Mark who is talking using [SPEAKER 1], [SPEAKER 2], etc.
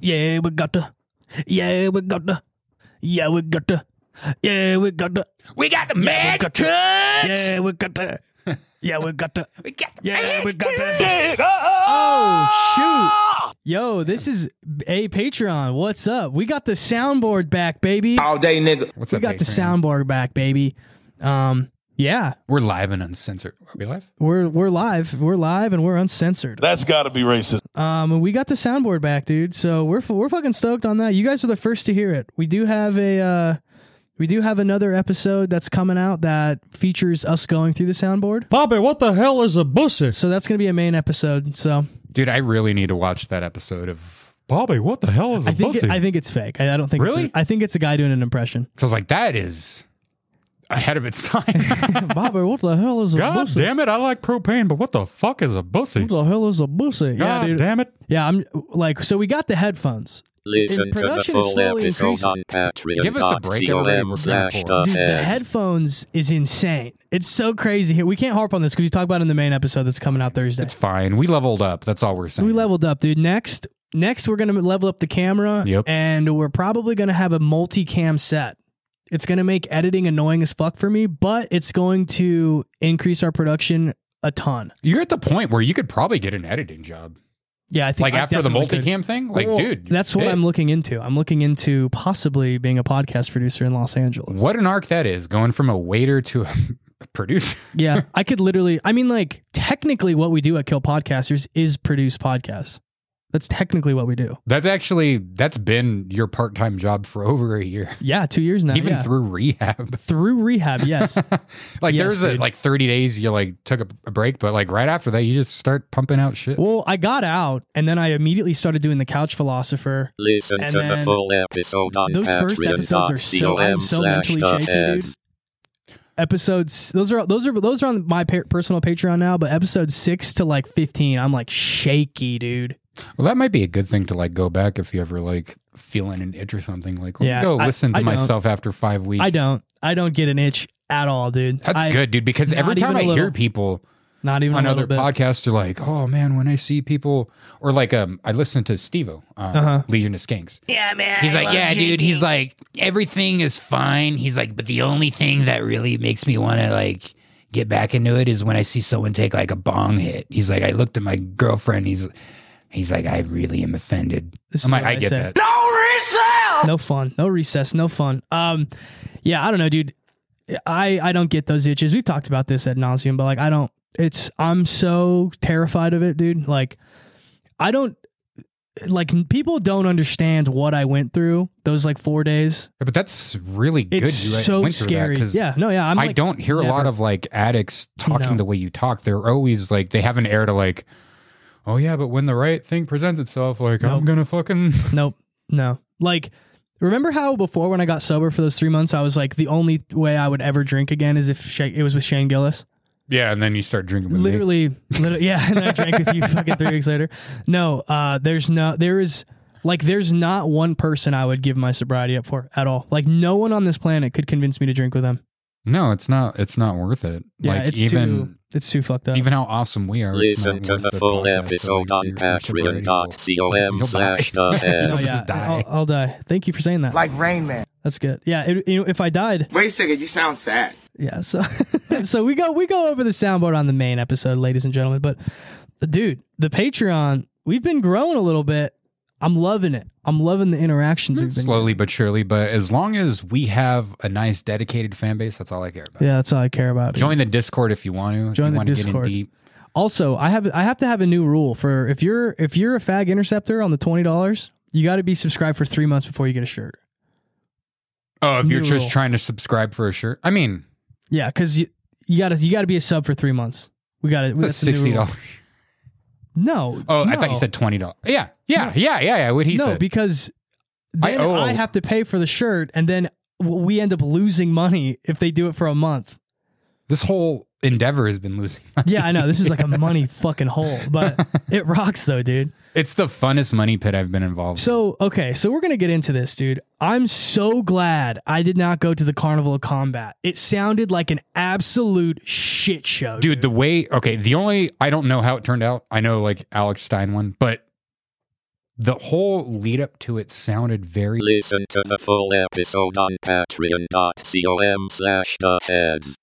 [SPEAKER 1] Yeah, we got the. Yeah, we got the. Yeah, we got the. Yeah, we got the.
[SPEAKER 2] We got the
[SPEAKER 1] Yeah, we
[SPEAKER 2] magic
[SPEAKER 1] got the-
[SPEAKER 2] touch.
[SPEAKER 1] Yeah, we got the. Yeah, we got the.
[SPEAKER 2] We got the
[SPEAKER 1] Yeah, we
[SPEAKER 2] magic
[SPEAKER 1] got
[SPEAKER 2] touch.
[SPEAKER 1] the.
[SPEAKER 3] Oh shoot. Yo, this is a Patreon. What's up? We got the soundboard back, baby.
[SPEAKER 4] All day, nigga.
[SPEAKER 2] What's
[SPEAKER 3] We
[SPEAKER 2] up,
[SPEAKER 3] got the
[SPEAKER 2] Patreon?
[SPEAKER 3] soundboard back, baby. Um, yeah,
[SPEAKER 2] We're live and uncensored. Are we live?
[SPEAKER 3] we're we're live. We're live and we're uncensored.
[SPEAKER 5] That's got to be racist.
[SPEAKER 3] Um, and we got the soundboard back, dude. So we're f- we're fucking stoked on that. You guys are the first to hear it. We do have a uh, we do have another episode that's coming out that features us going through the soundboard.
[SPEAKER 6] Bobby, what the hell is a bussy?
[SPEAKER 3] So that's gonna be a main episode. So
[SPEAKER 2] Dude, I really need to watch that episode of Bobby. What the hell is a
[SPEAKER 3] I think
[SPEAKER 2] pussy?
[SPEAKER 3] I think it's fake. I, I don't think
[SPEAKER 2] Really?
[SPEAKER 3] It's a, I think it's a guy doing an impression.
[SPEAKER 2] so I was like, that is ahead of its time.
[SPEAKER 3] Bobby, what the hell is a
[SPEAKER 2] God
[SPEAKER 3] bussy?
[SPEAKER 2] damn it, I like propane, but what the fuck is a bussy?
[SPEAKER 3] What the hell is a bussy?
[SPEAKER 2] God damn it.
[SPEAKER 3] Yeah, I'm like so we got the headphones.
[SPEAKER 4] Listen to the
[SPEAKER 3] production is
[SPEAKER 4] full
[SPEAKER 3] slowly
[SPEAKER 4] episode
[SPEAKER 3] increasing.
[SPEAKER 4] on Patreon.
[SPEAKER 2] Give us a break, everybody. We're
[SPEAKER 4] slash
[SPEAKER 2] gonna
[SPEAKER 4] the
[SPEAKER 3] Dude, the
[SPEAKER 4] head.
[SPEAKER 3] headphones is insane. It's so crazy here. We can't harp on this because we talk about it in the main episode that's coming out Thursday.
[SPEAKER 2] It's fine. We leveled up. That's all we're saying.
[SPEAKER 3] we leveled up, dude. Next, next we're gonna level up the camera.
[SPEAKER 2] Yep.
[SPEAKER 3] And we're probably gonna have a multi-cam set. It's gonna make editing annoying as fuck for me, but it's going to increase our production a ton.
[SPEAKER 2] You're at the point where you could probably get an editing job.
[SPEAKER 3] Yeah, I think
[SPEAKER 2] Like
[SPEAKER 3] I
[SPEAKER 2] after the
[SPEAKER 3] definitely could.
[SPEAKER 2] multicam thing? Like,
[SPEAKER 3] Well,
[SPEAKER 2] dude.
[SPEAKER 3] that's what
[SPEAKER 2] hey,
[SPEAKER 3] I'm looking into. I'm looking into possibly being a podcast producer in Los Angeles.
[SPEAKER 2] What an arc that is, going from a waiter to a producer.
[SPEAKER 3] Yeah, I could literally. I mean, like technically, what we do at Kill Podcasters is produce podcasts. That's technically what we do.
[SPEAKER 2] That's actually that's been your part-time job for over a year.
[SPEAKER 3] Yeah, two years now.
[SPEAKER 2] Even
[SPEAKER 3] yeah.
[SPEAKER 2] through rehab.
[SPEAKER 3] through rehab. Yes.
[SPEAKER 2] like
[SPEAKER 3] Yes,
[SPEAKER 2] there's a,
[SPEAKER 3] dude.
[SPEAKER 2] like 30 days you like took a, a break, but like right after that you just start pumping out shit.
[SPEAKER 3] well, I got out, and then I immediately started doing the Couch Philosopher.
[SPEAKER 4] Listen
[SPEAKER 3] And
[SPEAKER 4] to the
[SPEAKER 3] then
[SPEAKER 4] full episode on
[SPEAKER 3] Those first episodes are so I'm
[SPEAKER 4] patreon.com
[SPEAKER 3] so
[SPEAKER 4] slash
[SPEAKER 3] mentally
[SPEAKER 4] the
[SPEAKER 3] shaky,
[SPEAKER 4] head.
[SPEAKER 3] dude. Episodes those are those are those are on my per- personal Patreon now, but episode six to like fifteen, I'm like shaky, dude.
[SPEAKER 2] Well, that might be a good thing to like go back if you ever like feeling an itch or something. Like, let
[SPEAKER 3] Yeah,
[SPEAKER 2] me go
[SPEAKER 3] I-
[SPEAKER 2] listen to
[SPEAKER 3] I don't.
[SPEAKER 2] myself after five weeks.
[SPEAKER 3] I don't I don't get an itch at all, dude.
[SPEAKER 2] That's
[SPEAKER 3] I-
[SPEAKER 2] good, dude. Because
[SPEAKER 3] not
[SPEAKER 2] every
[SPEAKER 3] even
[SPEAKER 2] time
[SPEAKER 3] a
[SPEAKER 2] I hear
[SPEAKER 3] little.
[SPEAKER 2] people
[SPEAKER 3] Not even
[SPEAKER 2] on
[SPEAKER 3] a
[SPEAKER 2] other
[SPEAKER 3] little bit.
[SPEAKER 2] podcasts, are like, "Oh man," when I see people, or like, um, I listen to Stevo, uh,
[SPEAKER 3] Uh-huh.
[SPEAKER 2] Legion of Skanks. Yeah, man. He's like, yeah, dude. He's like, everything is fine. He's like, but the only thing that really makes me want to like get back into it is when I see someone take like a bong hit. He's like, I looked at my girlfriend. He's, he's like, I really am offended.
[SPEAKER 3] This
[SPEAKER 2] I'm
[SPEAKER 3] is
[SPEAKER 2] like,
[SPEAKER 3] what
[SPEAKER 2] I
[SPEAKER 3] I
[SPEAKER 2] get
[SPEAKER 3] say.
[SPEAKER 2] that.
[SPEAKER 3] no fun no recess no fun um yeah i don't know dude i i don't get those itches we've talked about this ad nauseum but like i don't it's i'm so terrified of it dude like i don't like people don't understand what i went through those like four days
[SPEAKER 2] But that's really good.
[SPEAKER 3] it's
[SPEAKER 2] you
[SPEAKER 3] so
[SPEAKER 2] went through that,
[SPEAKER 3] scary
[SPEAKER 2] 'cause
[SPEAKER 3] yeah no yeah i'm
[SPEAKER 2] I
[SPEAKER 3] like,
[SPEAKER 2] don't hear a lot
[SPEAKER 3] never-
[SPEAKER 2] of like addicts talking
[SPEAKER 3] No.
[SPEAKER 2] the way you talk. They're always like they have an air to like, oh yeah, but when the right thing presents itself, like I'm
[SPEAKER 3] Nope.
[SPEAKER 2] gonna fucking
[SPEAKER 3] Nope. No. Like, remember how before when I got sober for those three months, I was like, the only way I would ever drink again is if Sha- it was with Shane Gillis.
[SPEAKER 2] yeah. And then you start drinking. With me.
[SPEAKER 3] Literally, literally, yeah. And then I drank with you fucking three weeks later. No, uh, there's no, there is like, there's not one person I would give my sobriety up for at all. Like, no one on this planet could convince me to drink with them.
[SPEAKER 2] no, it's not. It's not worth it.
[SPEAKER 3] Yeah,
[SPEAKER 2] like
[SPEAKER 3] it's too,
[SPEAKER 2] even
[SPEAKER 3] it's too fucked up.
[SPEAKER 2] even how awesome we are. it's
[SPEAKER 4] Listen
[SPEAKER 2] not
[SPEAKER 4] to
[SPEAKER 2] worth
[SPEAKER 4] the
[SPEAKER 2] it
[SPEAKER 4] full
[SPEAKER 2] podcast to, like,
[SPEAKER 4] episode on
[SPEAKER 2] your- your sobriety
[SPEAKER 4] patreon.com
[SPEAKER 2] will-
[SPEAKER 4] slash
[SPEAKER 2] You'll
[SPEAKER 4] the
[SPEAKER 2] die.
[SPEAKER 4] head.
[SPEAKER 3] no,
[SPEAKER 2] You'll
[SPEAKER 3] Oh, yeah,
[SPEAKER 2] just die.
[SPEAKER 3] I'll, I'll die. Thank you for saying that.
[SPEAKER 7] Like Rain Man.
[SPEAKER 3] That's good. Yeah, it, you know, if I died,
[SPEAKER 7] Wait a second, you sound sad.
[SPEAKER 3] Yeah, so so we go we go over the soundboard on the main episode, ladies and gentlemen. But dude, the Patreon, we've been growing a little bit. I'm loving it. I'm loving the interactions we've been.
[SPEAKER 2] Slowly but surely, but as long as we have a nice dedicated fan base, that's all I care about.
[SPEAKER 3] Yeah, that's all I care about.
[SPEAKER 2] Join the Discord if you want to. if
[SPEAKER 3] Join
[SPEAKER 2] you
[SPEAKER 3] the
[SPEAKER 2] want to
[SPEAKER 3] Discord.
[SPEAKER 2] Get in deep.
[SPEAKER 3] Also, I have I have to have a new rule for if you're if you're a fag interceptor on the twenty dollars, you got to be subscribed for three months before you get a shirt.
[SPEAKER 2] Oh, if you're
[SPEAKER 3] New
[SPEAKER 2] just
[SPEAKER 3] rule.
[SPEAKER 2] trying to subscribe for a shirt, I mean,
[SPEAKER 3] Yeah, because you you got to you got to be a sub for three months. We got to
[SPEAKER 2] it's a sixty dollars.
[SPEAKER 3] No.
[SPEAKER 2] Oh, I thought
[SPEAKER 3] no.
[SPEAKER 2] you said twenty dollars. Yeah, yeah, yeah, yeah, yeah. What he
[SPEAKER 3] no
[SPEAKER 2] said.
[SPEAKER 3] because
[SPEAKER 2] I
[SPEAKER 3] then I,
[SPEAKER 2] owe-
[SPEAKER 3] have to pay for the shirt and then w- we end up losing money if they do it for a month
[SPEAKER 2] this whole endeavor has been losing.
[SPEAKER 3] yeah i know this is like a money fucking hole but it rocks though dude
[SPEAKER 2] it's the funnest money pit I've been involved. in.
[SPEAKER 3] so okay so we're gonna get into this dude i'm so glad i did not go to the carnival of combat it sounded like an absolute shit show
[SPEAKER 2] dude, the way okay, the only I don't know how it turned out. I know like Alex Stein won, but the whole lead up to it sounded very
[SPEAKER 4] Listen to the full episode on patreon.com slash the heads.